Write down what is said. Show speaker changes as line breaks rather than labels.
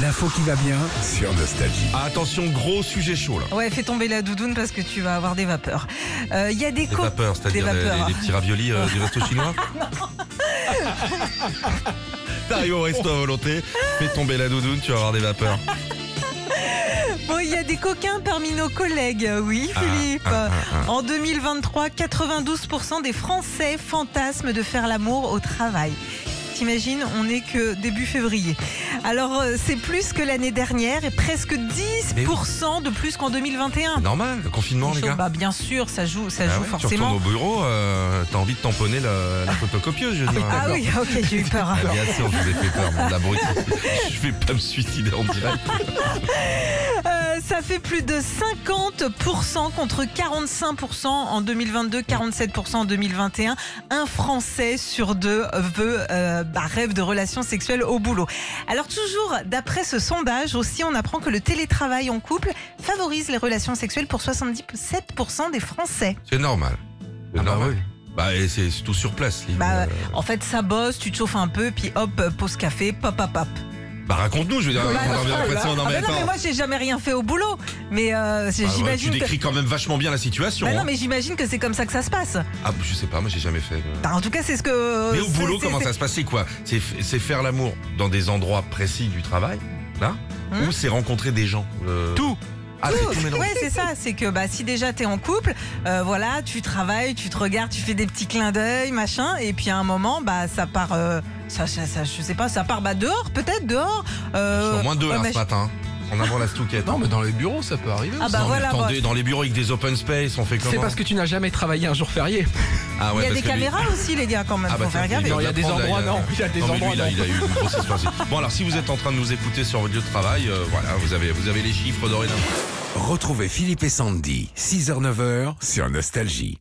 L'info qui va bien.
sur Nostalgie.
Ah, attention, gros sujet chaud là.
Ouais, fais tomber la doudoune parce que tu vas avoir des vapeurs. Euh, Il y a des,
Des
co-
vapeurs, c'est-à-dire
des
des,
vapeurs.
des- des petits raviolis euh, du resto chinois T'arrives au resto à volonté, fais tomber la doudoune, tu vas avoir des vapeurs.
Bon, il y a des coquins parmi nos collègues, oui,
Ah,
Philippe. En 2023, 92% des Français fantasment de faire l'amour au travail. T'imagines, on n'est que début février. Alors, euh, c'est plus que l'année dernière et presque 10% de plus qu'en 2021.
C'est normal, le confinement les gars.
Bah, bien sûr, ça joue, ça
Ah
joue
ouais, tu
forcément.
retournes au bureau, euh, t'as envie de tamponner la, la photocopieuse, je veux dire.
ah oui, ok, j'ai eu peur.
Ah, bien sûr, je vous ai fait peur, mon abruti. Je vais pas me suicider en direct.
Euh, ça fait plus de 50% contre 45% en 2022, 47% en 2021. Un Français sur deux veut, euh, bah, rêve de relations sexuelles au boulot. Alors toujours, d'après ce sondage aussi, on apprend que le télétravail en couple favorise les relations sexuelles pour 77% des Français.
C'est normal. C'est
Ah bah
normal.
oui.
Bah, et c'est c'est tout sur place, Lynn.
Bah,
Euh,
En fait, ça bosse, tu te chauffes un peu, puis hop, pause café, pop, pop, pop.
bah, raconte-nous, je veux dire,
Bah,
on en revient après ça, on en
Ah
revient
bah non,
pas.
mais moi, j'ai jamais rien fait au boulot. Mais euh,
Ah ouais,
j'imagine
tu
que...
décris quand même vachement bien la situation.
Bah non,
hein.
mais j'imagine que c'est comme ça que ça se passe.
Ah, je sais pas, moi j'ai jamais fait. euh.
Bah, en tout cas, c'est ce que.
Mais au
c'est-
boulot,
c'est-
comment
c'est-
ça se passe C'est quoi C'est f- c'est faire l'amour dans des endroits précis du travail, là
Hmm
Ou c'est rencontrer des gens euh,
Tout.
Ah,
Tout.
c'est tout mélangé.
Ouais, c'est ça. C'est que bah, si déjà t'es en couple, euh, voilà, tu travailles, tu te regardes, tu fais des petits clins d'œil, machin, et puis à un moment, bah, ça part, euh, ça, ça, ça- je sais pas, ça part bah, dehors, peut-être dehors.
Je
euh,
suis en moins deux
ouais,
là
mais
ce matin. En avant la stouquette.
Non, mais dans les bureaux, ça peut arriver.
Ah
aussi.
bah
Non, mais
voilà,
attendez,
bah.
dans les bureaux avec des open space, on fait comment
C'est parce que tu n'as jamais travaillé un jour férié.
Ah
Il
ouais,
y
parce
a des
que lui-
caméras aussi, les gars, quand même.
Ah bah
faut
ça, c'est
faire gaffe.
bien.
Non, il y a des
d'apprendre,
endroits,
là,
non. Il y a des
Non, mais lui,
endroits,
il a,
non.
il a eu une grosse expérience. Bon, alors, si vous êtes en train de nous écouter sur votre lieu de travail, euh, voilà, vous avez, vous avez les chiffres dorénavant.
Retrouvez Philippe et Sandy, 6h-9h, sur Nostalgie.